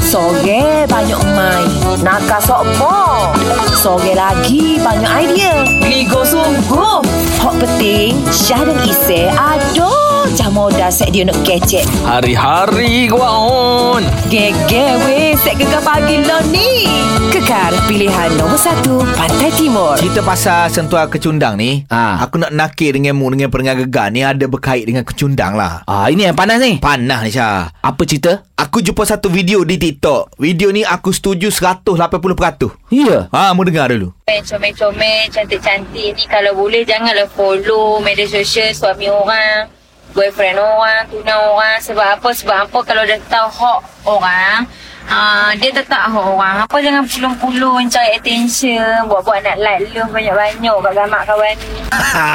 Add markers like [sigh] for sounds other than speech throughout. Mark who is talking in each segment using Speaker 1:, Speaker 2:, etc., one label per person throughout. Speaker 1: Sore banyak mai Nakal sokbo Sore lagi banyak idea Geligo sungguh Hok penting Syah dan Isai Aduh Jamu dah set dia nak kecek
Speaker 2: Hari-hari gua on.
Speaker 1: Gege weh Set gegar pagi lo ni Kekar pilihan nombor satu Pantai Timur
Speaker 3: Cerita pasal sentuhan kecundang ni
Speaker 2: Ha.
Speaker 3: ha. Aku nak nakir dengan mu Dengan pendengar gegar ni Ada berkait dengan kecundang lah
Speaker 2: Ah ini yang panas ni.
Speaker 3: Panah ni Syah
Speaker 2: Apa cerita?
Speaker 3: Aku jumpa satu video di TikTok Video ni aku setuju 180%
Speaker 2: Ya.
Speaker 3: Ha, mu dengar dulu
Speaker 4: comel-comel, cantik-cantik ni kalau boleh janganlah follow media sosial suami orang, boyfriend orang, tunang orang. Sebab apa? Sebab apa kalau dah tahu hak orang, uh, dia tetap hak orang. Apa jangan pulung-pulung cari attention, buat-buat nak like love banyak-banyak kat gamak kawan ni.
Speaker 3: ha.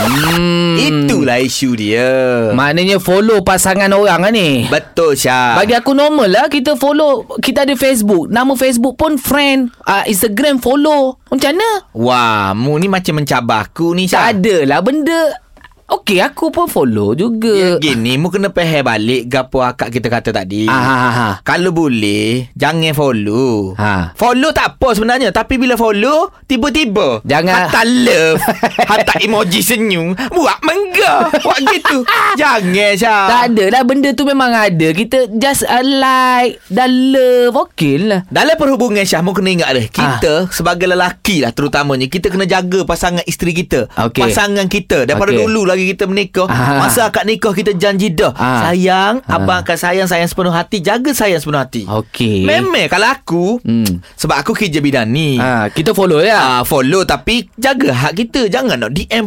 Speaker 2: Hmm.
Speaker 3: Itulah isu dia
Speaker 2: Maknanya follow pasangan orang lah ni.
Speaker 3: Betul Syah
Speaker 2: Bagi aku normal lah Kita follow Kita ada Facebook Nama Facebook pun friend uh, Instagram follow Macam mana?
Speaker 3: Wah, mu ni macam mencabar aku ni
Speaker 2: Tak
Speaker 3: Syah
Speaker 2: ada lah benda Okey aku pun follow
Speaker 3: Ya,
Speaker 2: juga
Speaker 3: Gini, mu kena peher balik Gapo akak kita kata tadi
Speaker 2: ah, ah, ah, ah.
Speaker 3: Kalau boleh Jangan follow
Speaker 2: Ha.
Speaker 3: Follow tak apa sebenarnya Tapi bila follow Tiba-tiba
Speaker 2: Jangan-
Speaker 3: Hantar love Hantar emoji senyum Buat mengga Buat
Speaker 2: [laughs]
Speaker 3: gitu Jangan Syah
Speaker 2: Tak ada lah benda tu memang ada Kita just uh, like Dan love Okey lah
Speaker 3: dalam perhubungan Syah Mu kena ingat deh
Speaker 2: Ha.
Speaker 3: Kita sebagai lelaki lah Terutamanya Kita kena jaga pasangan isteri kita
Speaker 2: Okey.
Speaker 3: Pasangan kita Daripada
Speaker 2: Okey.
Speaker 3: dulu lagi kita menikah
Speaker 2: Ah.
Speaker 3: Masa akad nikah kita janji dah
Speaker 2: Ah.
Speaker 3: Sayang
Speaker 2: Ah.
Speaker 3: Abang akan sayang Sayang sepenuh hati Jaga sayang sepenuh hati
Speaker 2: Okey
Speaker 3: Memang kalau aku
Speaker 2: Hmm.
Speaker 3: Sebab aku kerja bidang ni
Speaker 2: Ah, kita follow ya.
Speaker 3: Ah, follow tapi jaga hak kita. Jangan nak DM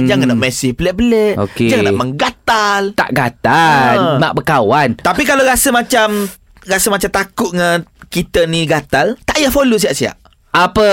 Speaker 2: Hmm.
Speaker 3: hmm. jangan nak message pelik-pelik,
Speaker 2: Okey.
Speaker 3: jangan nak menggatal.
Speaker 2: Tak gatan,
Speaker 3: Ah.
Speaker 2: nak berkawan.
Speaker 3: Tapi kalau rasa macam rasa macam takut dengan kita ni gatal, tak payah follow siap-siap.
Speaker 2: apa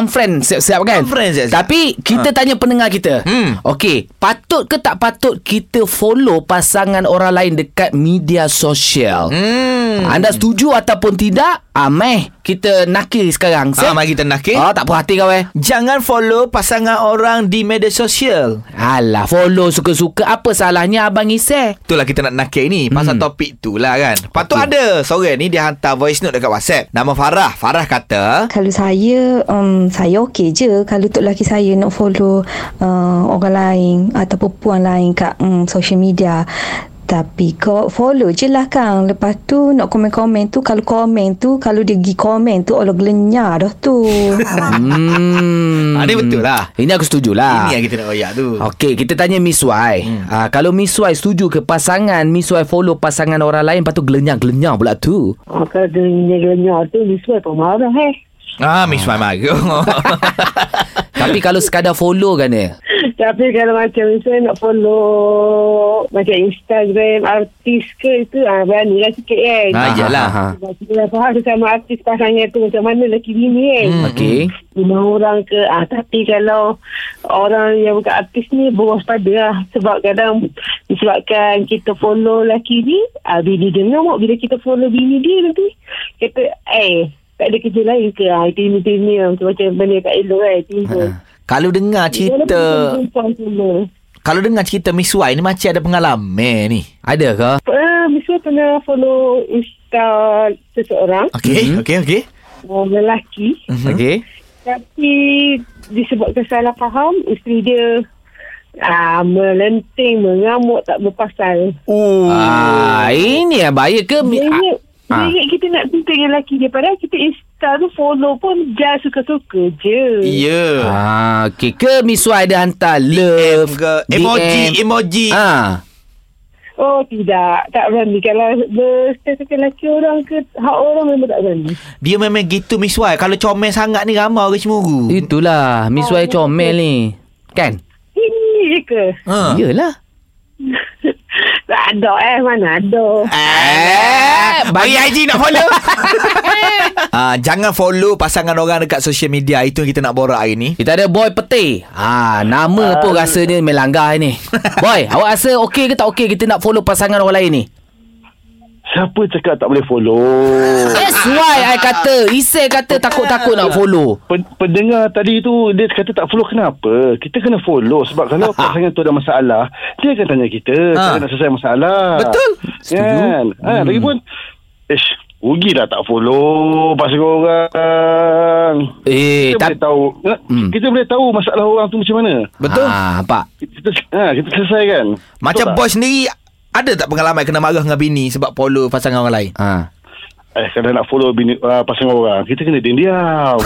Speaker 2: unfriend siap-siap kan
Speaker 3: Unfriend siap-siap.
Speaker 2: tapi kita ha. tanya pendengar kita
Speaker 3: Hmm.
Speaker 2: okey patut ke tak patut kita follow pasangan orang lain dekat media sosial
Speaker 3: Hmm.
Speaker 2: anda setuju ataupun tidak ameh kita nakir sekarang
Speaker 3: Ah, mari kita nakir.
Speaker 2: ah tak puas hati kau eh
Speaker 3: Jangan follow pasangan orang di media sosial.
Speaker 2: alah follow suka-suka apa salahnya abang
Speaker 3: [laughs]
Speaker 2: Isai
Speaker 3: Itulah kita nak nakir ni Pasal
Speaker 2: Hmm.
Speaker 3: topik tu lah kan Lepas tu
Speaker 2: Okey.
Speaker 3: ada Sore ni dia hantar voice note dekat whatsapp Nama Farah Farah kata
Speaker 5: Kalau saya um, Saya okey je Kalau tok lelaki saya Nak follow uh, Orang lain Atau perempuan lain Kat um, social media tapi kau follow je lah Kang Lepas tu nak komen-komen tu Kalau komen tu Kalau dia pergi komen tu Allah gelenyar dah tu ha.
Speaker 2: hmm
Speaker 3: Ah, ni betul lah.
Speaker 2: ini aku setuju lah
Speaker 3: Ini yang kita nak royak tu
Speaker 2: Okey, kita tanya Miss Y. Hmm. Uh, kalau Miss Y setuju ke pasangan, Miss Y follow pasangan orang lain, lepas tu gelenyang-gelenyang pula tu.
Speaker 6: Ah, kalau dia lenyap-lenyap tu, Miss Wan pun marah eh.
Speaker 3: Ah, Miss Mai [laughs]
Speaker 2: [laughs] Tapi kalau sekadar follow kan dia?
Speaker 6: Tapi kalau macam Miss Wan nak follow macam Instagram artis ke itu, ah, beranilah sikit kan.
Speaker 3: Ah, iyalah.
Speaker 2: ha, ha.
Speaker 6: Sebab kita dah faham sesama artis pasangan tu macam mana lelaki bini kan.
Speaker 3: Hmm.
Speaker 2: Okey.
Speaker 6: Lima orang ke. Ah, tapi kalau orang yang bukan artis ni berwaspada lah. Sebab kadang disebabkan kita follow lelaki ni, ah, bini dia ngamuk bila kita follow bini dia nanti. Kata, eh, tak ada kerja lain ke? Ah, itu ini, itu ini. Macam benda tak elok kan. Tiba.
Speaker 3: Kalau dengar cerita
Speaker 6: Kita...
Speaker 3: Kalau dengar cerita Miss Y ni Macam ada pengalaman ni
Speaker 2: Ada ke?
Speaker 6: Uh, Miss Wan pernah follow Insta seseorang,
Speaker 3: Okey, mm-hmm. okey, okey
Speaker 6: uh, lelaki.
Speaker 3: Mhm.
Speaker 2: Hmm? Okey.
Speaker 6: Tapi disebabkan salah faham, isteri dia uh, melenting, mengamuk, tak berpasal.
Speaker 3: Ooh.
Speaker 2: Ah, ini yang bahaya ke? Mi-
Speaker 6: Dia ingat, dia
Speaker 2: ah.
Speaker 6: ingat kita nak cinta dengan lelaki dia. Padahal kita Insta tu follow pun just suka-suka je.
Speaker 3: Ya
Speaker 2: Ah, okey ke Miss Y ada hantar
Speaker 3: yeah.
Speaker 2: love
Speaker 3: Emoji,
Speaker 2: DM.
Speaker 3: emoji
Speaker 2: Ah.
Speaker 6: Oh tidak, tak berani. Kalau berstatus lelaki orang ke hak orang memang tak berani.
Speaker 3: Dia memang gitu Miss Y Kalau comel sangat ni Ramai orang cemburu
Speaker 2: Itulah Miss Y comel ni. Kan?
Speaker 6: Ini je ke?
Speaker 3: ha.
Speaker 2: Yelah
Speaker 6: tak ada eh, mana ada.
Speaker 3: Eh, bagi IG nak follow ah, Jangan follow pasangan orang dekat social media Itu yang kita nak borak hari ni
Speaker 2: Kita ada boy peti Ah, Nama pun rasanya melanggar
Speaker 3: [laughs]
Speaker 2: ni Boy awak rasa okey ke tak okey Kita nak follow pasangan orang lain ni
Speaker 7: Siapa cakap tak boleh follow?
Speaker 2: That's why I kata Isai kata takut-takut nak follow
Speaker 7: Pen- pendengar tadi tu dia kata tak follow kenapa? Kita kena follow sebab kalau pasangan tu ada masalah, dia akan tanya kita,
Speaker 3: Ha.
Speaker 7: ha. kita nak selesai masalah.
Speaker 3: Betul.
Speaker 7: Kan? Ha, lagi pun ish, Rugilah tak follow pasal orang.
Speaker 2: Eh, tapi...
Speaker 7: Kita boleh tahu
Speaker 2: Hmm.
Speaker 7: hmm. Kita boleh tahu masalah orang tu macam mana
Speaker 3: Betul?
Speaker 2: Ha, nampak?
Speaker 7: Kita, ha, kita selesai kan
Speaker 3: Macam
Speaker 7: Betul tak?
Speaker 3: boy sendiri ada tak pengalaman kena marah dengan bini sebab follow pasangan orang lain?
Speaker 2: Ha.
Speaker 7: Eh, kalau nak follow bini, uh, pasangan orang, kita kena diam-diam.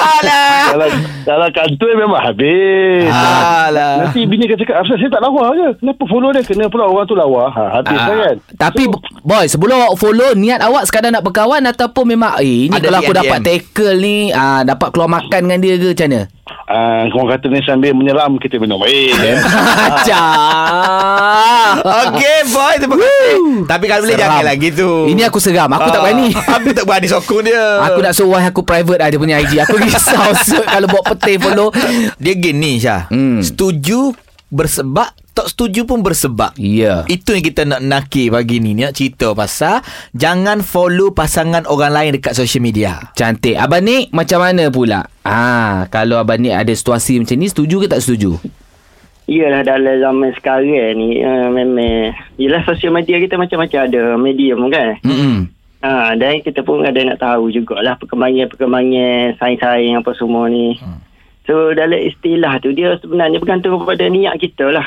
Speaker 3: Alah.
Speaker 7: dalam, dalam kantoi memang habis.
Speaker 3: Alah.
Speaker 7: Nanti bini akan cakap, Afsal, saya tak lawa ke? Kenapa follow dia? Kena pula orang tu lawa. Ha, habis
Speaker 2: Ah,
Speaker 7: lah kan?
Speaker 2: Tapi so, boy sebelum awak follow niat awak sekadar nak berkawan ataupun memang eh ni
Speaker 3: Ada
Speaker 2: kalau aku
Speaker 3: DM.
Speaker 2: dapat tackle ni ah dapat keluar makan dengan dia ke macam mana?
Speaker 7: Ah, korang kata ni sambil menyelam, kita minum air.
Speaker 2: Acah.
Speaker 3: Okey boy Terima kasih Tapi kalau boleh
Speaker 2: Seram.
Speaker 3: jangan lah, Ah. lagi tu
Speaker 2: Ini aku seram. Aku tak berani.
Speaker 3: Aku tak berani sokong dia
Speaker 2: Aku nak suruh wife aku private lah dia punya IG. Aku risau [laughs] so, kalau buat petai follow.
Speaker 3: Dia gini Syah
Speaker 2: Hmm.
Speaker 3: Setuju Bersebab Tak setuju pun bersebab
Speaker 2: Ya. Yeah.
Speaker 3: Itu yang kita nak nakir pagi ni Ni Nak cerita pasal Jangan follow pasangan orang lain Dekat social media
Speaker 2: Cantik. Abang Nik macam mana pula? Ah, kalau abang Nik ada situasi macam ni setuju ke tak setuju?
Speaker 8: Yelah dalam zaman sekarang ni uh, memang Yelah sosial media kita macam-macam ada medium kan
Speaker 2: Hmm.
Speaker 8: ha, Dan kita pun ada nak tahu jugalah perkembangan-perkembangan sains-sains apa semua ni hmm. So dalam istilah tu dia sebenarnya bergantung kepada niat kita lah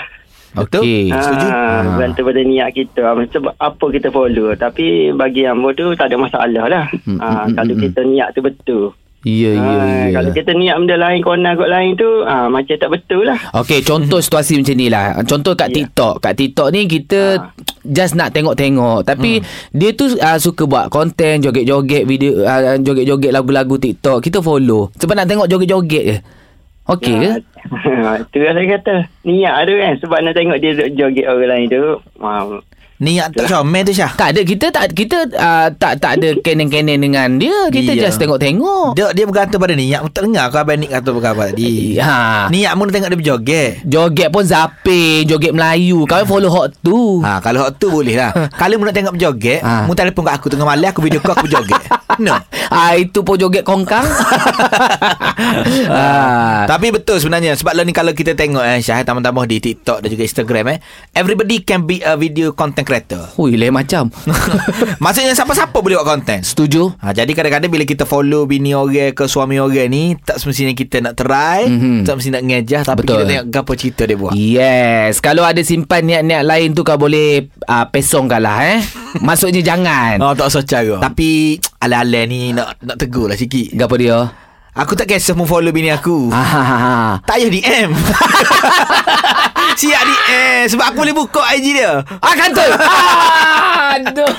Speaker 2: Okey.
Speaker 8: Ah, Bergantung pada niat kita Sebab apa kita follow Tapi bagi Ambo tu tak ada masalah lah hmm,
Speaker 2: Hmm,
Speaker 8: ha,
Speaker 2: hmm, hmm,
Speaker 8: Kalau
Speaker 2: hmm,
Speaker 8: kita niat tu betul
Speaker 2: Ya, ya,
Speaker 8: Ah,
Speaker 2: ya.
Speaker 8: Kalau kita niat benda lain Kona kot lain tu ha, Macam tak betul lah
Speaker 2: Okey, contoh situasi macam ni lah. Contoh kat yeah.
Speaker 8: Ya.
Speaker 2: TikTok. Kat TikTok ni kita
Speaker 3: Ah.
Speaker 2: just nak tengok-tengok. Tapi
Speaker 3: Hmm.
Speaker 2: dia tu uh, suka buat konten, joget-joget video, uh, joget-joget lagu-lagu TikTok. Kita follow. Sebab nak tengok joget-joget je. Okey ke?
Speaker 3: Ya.
Speaker 8: Ha, tu lah saya kata. Niat tu kan. Sebab nak tengok dia joget orang lain tu. Wow.
Speaker 3: Niat tak comel tu Syah
Speaker 2: Tak ada kita tak kita uh, tak tak ada kenen-kenen dengan dia. Kita
Speaker 3: Ya.
Speaker 2: yeah. just tengok-tengok.
Speaker 3: dia, dia bergantung pada niat Aku Tak dengar kau Abang Nik kata apa tadi
Speaker 2: Ha.
Speaker 3: Niat mu nak tengok dia berjoget
Speaker 2: Joget pun zapin, joget Melayu. Kau follow hot tu.
Speaker 3: Ha, kalau hot tu boleh [laughs] lah Kalau mu nak tengok berjoget
Speaker 2: Ha.
Speaker 3: Mu telefon kat aku tengah malam Aku video call aku berjoget [laughs] No
Speaker 2: Ah itu pun joget
Speaker 3: [laughs]
Speaker 2: kongkang. ah.
Speaker 3: Tapi betul sebenarnya Sebab lah ni kalau kita tengok eh Syah tambah-tambah di TikTok dan juga Instagram eh Everybody can be a video content creator [laughs]
Speaker 2: Hui, lain macam.
Speaker 3: Maksudnya siapa-siapa boleh buat content
Speaker 2: Setuju?
Speaker 3: Ha, jadi kadang-kadang bila kita follow bini orang ke suami orang ni Tak semestinya kita nak try
Speaker 2: Mhm.
Speaker 3: mm-hmm. Tak semestinya nak ngejah Tapi
Speaker 2: Betul.
Speaker 3: kita tengok gapa cerita dia buat
Speaker 2: Yes Kalau ada simpan niat-niat lain tu Kau boleh uh, Pesongkan lah eh Maksudnya jangan oh.
Speaker 3: Oh tak usah cara Tapi ala-ala ni nak nak tegur lah sikit
Speaker 2: Gapa dia
Speaker 3: Aku tak kisah mu follow bini aku
Speaker 2: Ah, ah, ah, ah.
Speaker 3: Tak payah DM [laughs] Siap DM Sebab aku boleh buka IG dia
Speaker 2: Ah
Speaker 3: [laughs]
Speaker 2: kantoi ah, Aduh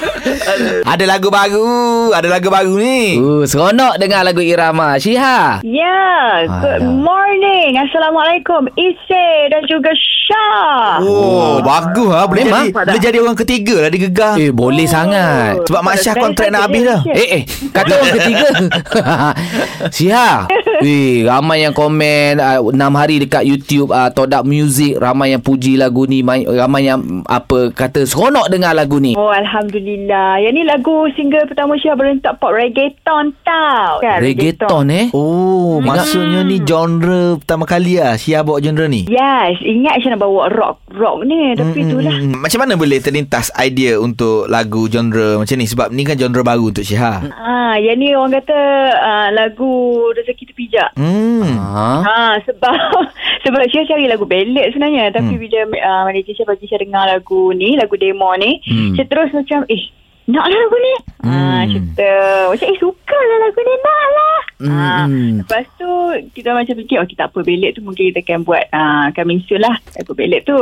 Speaker 3: Ada lagu baru Ada lagu baru ni
Speaker 2: uh, Seronok dengar lagu Irama Syiha
Speaker 9: Ya, good
Speaker 2: Alah.
Speaker 9: morning. Assalamualaikum. Ise dan juga Syah.
Speaker 3: Oh,
Speaker 9: Ah.
Speaker 3: bagus ha. Boleh
Speaker 2: Memang.
Speaker 3: jadi, boleh jadi orang ketiga lah dia gegar. Ah,
Speaker 2: Eh boleh sangat
Speaker 3: Sebab Mak Syah kontrak nak habis lah. dah.
Speaker 2: Eh eh Kata orang
Speaker 9: [laughs]
Speaker 2: ketiga Siha Weh Ramai yang komen uh, 6 hari dekat YouTube uh, Todak Music Ramai yang puji lagu ni mai- Ramai yang Apa Kata seronok dengar lagu ni
Speaker 9: Oh, Alhamdulillah. Yang ni lagu single pertama Syah berentak pop reggaeton tau. Kan,
Speaker 2: Reggaeton eh
Speaker 9: Hmm.
Speaker 3: Oh, maksudnya ni genre pertama kali lah Syah bawa genre ni.
Speaker 9: Yes, ingat Syah nak bawa rock-rock ni. Ya, Tapi mm, itulah.
Speaker 3: Hmm, macam mana boleh terlintas idea untuk lagu genre macam ni sebab ni kan genre baru untuk Syah.
Speaker 9: Ah, yang ni orang kata ah, lagu Rezeki Terpijak.
Speaker 3: Hmm.
Speaker 2: Ha?
Speaker 9: Ha, sebab [laughs] sebab Syah cari lagu ballad sebenarnya tapi hmm. bila uh, manager Syah bagi Syah dengar lagu ni lagu demo ni
Speaker 2: Hmm.
Speaker 9: hmm. Syah terus macam eh nak lah lagu ni hmm. ha, Syah kata macam eh suka lah lagu ni nak lah hmm. ha,
Speaker 2: Hmm.
Speaker 9: lepas tu kita macam fikir okey tak apa ballad tu mungkin kita akan buat uh, coming soon lah lagu ballad tu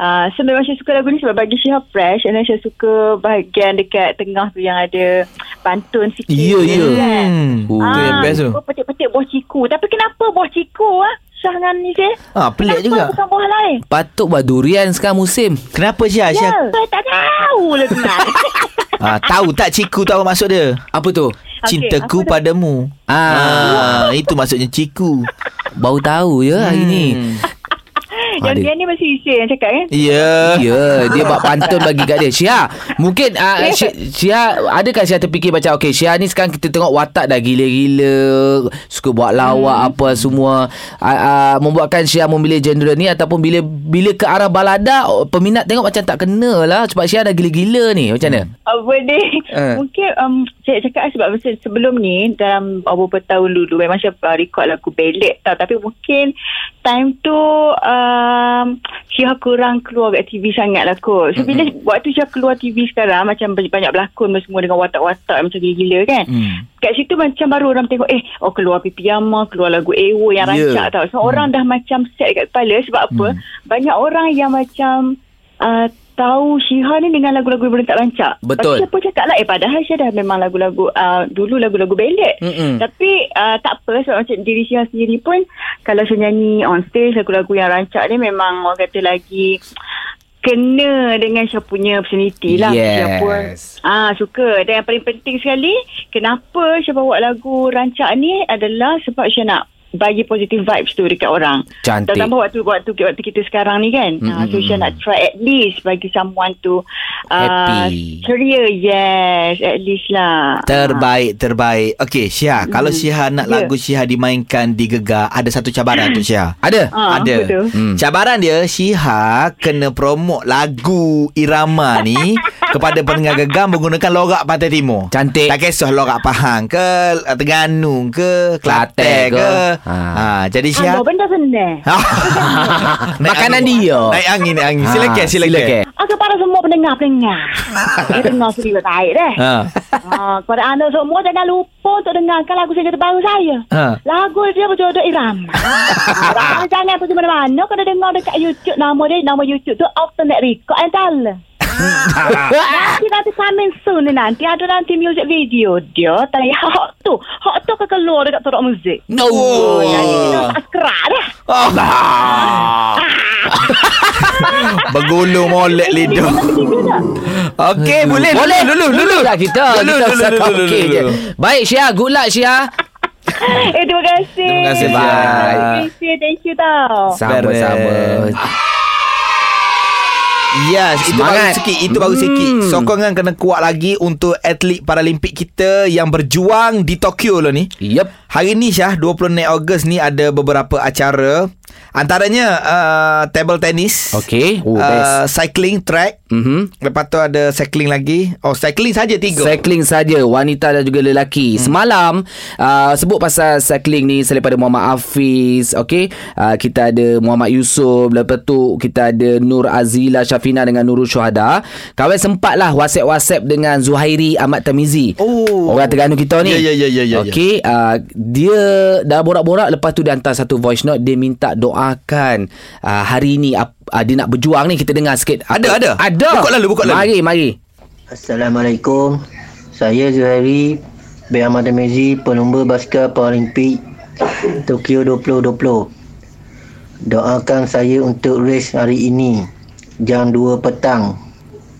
Speaker 9: uh, so memang Syah suka lagu ni sebab bagi Syah fresh and then Syah suka bahagian dekat tengah tu yang ada pantun sikit
Speaker 2: Ya, ya.
Speaker 9: kan?
Speaker 3: Hmm.
Speaker 2: Oh.
Speaker 3: Itu yang
Speaker 9: Ah,
Speaker 3: best tu.
Speaker 9: Kau petik-petik buah ciku. Tapi kenapa buah ciku ah? Syah dengan ni saya.
Speaker 3: Ah, pelik
Speaker 9: kenapa
Speaker 3: juga.
Speaker 9: bukan buah lain?
Speaker 2: Patut buat durian sekarang musim
Speaker 3: Kenapa Syah?
Speaker 9: Ya,
Speaker 3: Syah
Speaker 9: saya tak tahu lah tu
Speaker 3: [laughs]
Speaker 9: nak.
Speaker 3: ah, tahu tak ciku tahu maksud dia?
Speaker 2: Apa tu?
Speaker 9: Ya. Okey,
Speaker 3: Cintaku
Speaker 9: apa
Speaker 3: padamu.
Speaker 2: Ah,
Speaker 3: Ah, itu maksudnya ciku. Hmm.
Speaker 2: Baru tahu ya hari ni
Speaker 9: Yang
Speaker 2: Ada.
Speaker 9: dia ni masih isi yang cakap kan?
Speaker 3: Ya.
Speaker 2: Ya, dia buat pantun bagi kat dia. Syah, mungkin uh, Syah, adakah Syah terfikir macam, okay, Syah ni sekarang kita tengok watak dah gila-gila, suka buat lawak hmm. apa semua. Uh, uh, membuatkan Syah memilih genre ni ataupun bila bila ke arah balada, oh, peminat tengok macam tak kena lah sebab Syah dah gila-gila ni. Macam
Speaker 3: [laughs]
Speaker 2: mana?
Speaker 9: Apa ni?
Speaker 2: Eh.
Speaker 9: Ah, Mungkin um, saya cakap sebab masa sebelum ni dalam beberapa tahun dulu memang saya uh, record lagu belik tau. Tapi mungkin time tu um, Syah kurang keluar kat TV sangat lah kot. So bila mm-hmm. waktu Syah keluar TV sekarang macam banyak berlakon semua dengan watak-watak macam gila kan. Mm. Kat situ macam baru orang tengok eh oh keluar Piyama, keluar lagu Ewo yang
Speaker 2: Ya. Hmm.
Speaker 9: yeah. rancak tau. So orang dah macam set kat kepala sebab apa? Banyak orang yang macam uh, tahu Syihah ni dengan lagu-lagu yang berantak-rancak.
Speaker 2: Betul.
Speaker 9: Lepas tu siapa cakap lah, eh padahal Syihah dah memang lagu-lagu, uh, dulu lagu-lagu belet.
Speaker 2: Mm-mm.
Speaker 9: Tapi uh, tak apa sebab macam diri Syihah sendiri pun, kalau saya nyanyi on stage, lagu-lagu yang rancak ni memang orang kata lagi kena dengan Syah punya personality lah.
Speaker 2: Yes.
Speaker 9: Syah pun Ah suka dan yang paling penting sekali kenapa saya bawa lagu rancak ni adalah sebab saya nak bagi positive vibes tu dekat orang.
Speaker 2: Cantik.
Speaker 9: Terutama waktu waktu waktu kita sekarang ni kan. Mm-hmm. so saya nak try at least bagi someone tu uh,
Speaker 2: Happy.
Speaker 9: ceria yes at least lah.
Speaker 3: Terbaik, terbaik. Okey, Syah. Hmm. Kalau Syah nak
Speaker 9: Ya.
Speaker 3: lagu Syah dimainkan di Gegar, ada satu cabaran tu Syah.
Speaker 2: Ada?
Speaker 9: Ah,
Speaker 3: ada.
Speaker 9: betul.
Speaker 3: Hmm. Cabaran dia Syihah kena promote lagu irama ni kepada pendengar gegam menggunakan lorak pantai timur.
Speaker 2: Cantik.
Speaker 3: Tak kisah lorak Pahang ke Terengganu ke Kelantan
Speaker 2: Kelantan
Speaker 3: ke.
Speaker 2: ke.
Speaker 3: Ha.
Speaker 2: Ha.
Speaker 3: jadi
Speaker 9: Ah,
Speaker 3: Syah
Speaker 9: buat benda senang.
Speaker 2: Makanan
Speaker 3: angin.
Speaker 2: dia.
Speaker 3: [laughs] Naik angin, naik angin.
Speaker 2: Ha,
Speaker 3: Silakan, silakan. silakan.
Speaker 9: Ah, kepada semua pendengar-pendengar. Saya dengar sendiri baik
Speaker 3: [laughs]
Speaker 9: dah.
Speaker 3: Ha.
Speaker 9: Ah, kepada anda semua jangan lupa untuk dengarkan lagu saya terbaru saya.
Speaker 3: Ha.
Speaker 9: Lagu dia berjodoh irama. Ah, Orang jangan pergi mana-mana kena dengar dekat YouTube nama dia nama YouTube tu Alternate Record and Tal. nanti nanti coming soon ni nanti ada nanti music video dia tadi hot tu hot tu ke keluar dekat turut muzik.
Speaker 2: No.
Speaker 9: Oh, jadi kita tak kerak dah.
Speaker 3: [laughs] Bergulung molek lidah. Okey, boleh.
Speaker 2: Boleh
Speaker 3: Dulu, dulu.
Speaker 2: Dulu lah kita
Speaker 3: Dulu,
Speaker 2: Kita
Speaker 3: dulu,
Speaker 2: usah
Speaker 3: dulu, dulu,
Speaker 2: okey je
Speaker 3: dulu.
Speaker 2: Baik Syah Good luck Syah
Speaker 9: [laughs] Eh, terima kasih.
Speaker 3: Terima kasih,
Speaker 2: Bye.
Speaker 9: Terima kasih. Thank you tau.
Speaker 2: Sama-sama
Speaker 3: Yes, itu
Speaker 2: Semangat.
Speaker 3: baru sikit, itu baru sikit. Sokongan kena kuat lagi untuk atlet Paralimpik kita yang berjuang di Tokyo lah ni.
Speaker 2: Yep
Speaker 3: Hari ni Syah 26 Ogos ni ada beberapa acara antaranya uh, table tennis.
Speaker 2: Okey. Oh,
Speaker 3: uh, cycling track.
Speaker 2: Mhm.
Speaker 3: Lepas tu ada cycling lagi. Oh, cycling saja tiga.
Speaker 2: Cycling saja wanita dan juga lelaki. Hmm. Semalam uh, sebut pasal cycling ni selain pada Muhammad Hafiz, okey, uh, kita ada Muhammad Yusof, lepas tu kita ada Nur Azila Syafina dengan Nurul Syuhada. Kawan sempatlah WhatsApp-WhatsApp dengan Zuhairi Ahmad Tamizi.
Speaker 3: Oh.
Speaker 2: Orang Terengganu kita ni.
Speaker 3: Ya, ya, ya, ya, ya, ya.
Speaker 2: Okey, uh, dia dah borak-borak lepas tu dia hantar satu voice note dia minta doakan uh, hari ni uh, dia nak berjuang ni kita dengar sikit.
Speaker 3: Ada, ada.
Speaker 2: Ada.
Speaker 3: Buka lalu, buka lalu.
Speaker 2: Mari, mari.
Speaker 8: Assalamualaikum. Saya Zuhairi bin Ahmad Mezi, pelumba basikal Paralimpik Tokyo 2020. Doakan saya untuk race hari ini jam 2 petang.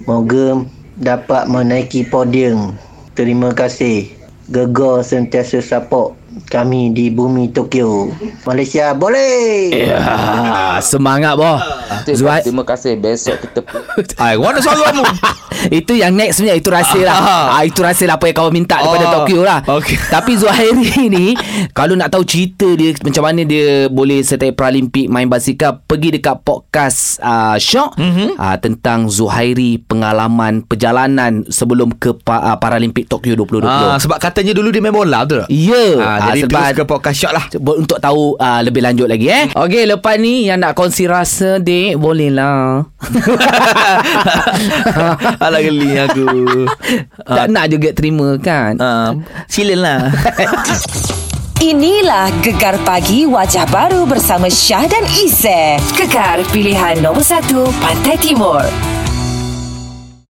Speaker 8: Moga dapat menaiki podium. Terima kasih. Gegar sentiasa support kami di bumi Tokyo. Malaysia boleh.
Speaker 2: Ya, semangat boh. Zuhat. Terima kasih besok kita
Speaker 3: Ai, mana suaramu?
Speaker 2: [laughs] Itu yang next punya Itu rahsia lah ah, Itu rahsia lah Apa yang kau minta Daripada
Speaker 3: Ah,
Speaker 2: Tokyo lah
Speaker 3: okey.
Speaker 2: Tapi Zuhairi ni Kalau nak tahu cerita dia Macam mana dia Boleh sertai Paralimpik Main basikal Pergi dekat podcast uh, Shock mm-hmm. uh, Tentang Zuhairi Pengalaman Perjalanan Sebelum ke pa- uh, Paralimpik Tokyo 2020
Speaker 3: Ah,
Speaker 2: ah,
Speaker 3: sebab katanya dulu dia main bola betul tak?
Speaker 2: Ya
Speaker 3: Ah, jadi terus ke podcast shot lah.
Speaker 2: Bo- untuk tahu uh, lebih lanjut lagi eh. Okey, lepas ni yang nak kongsi rasa dek boleh lah.
Speaker 3: [laughs] Alah geli aku.
Speaker 2: tak nak juga terima kan.
Speaker 3: [laughs] Ah, silalah.
Speaker 1: Inilah Gegar Pagi Wajah Baru bersama Syah dan Isy. Gegar pilihan nombor 1 Pantai Timur.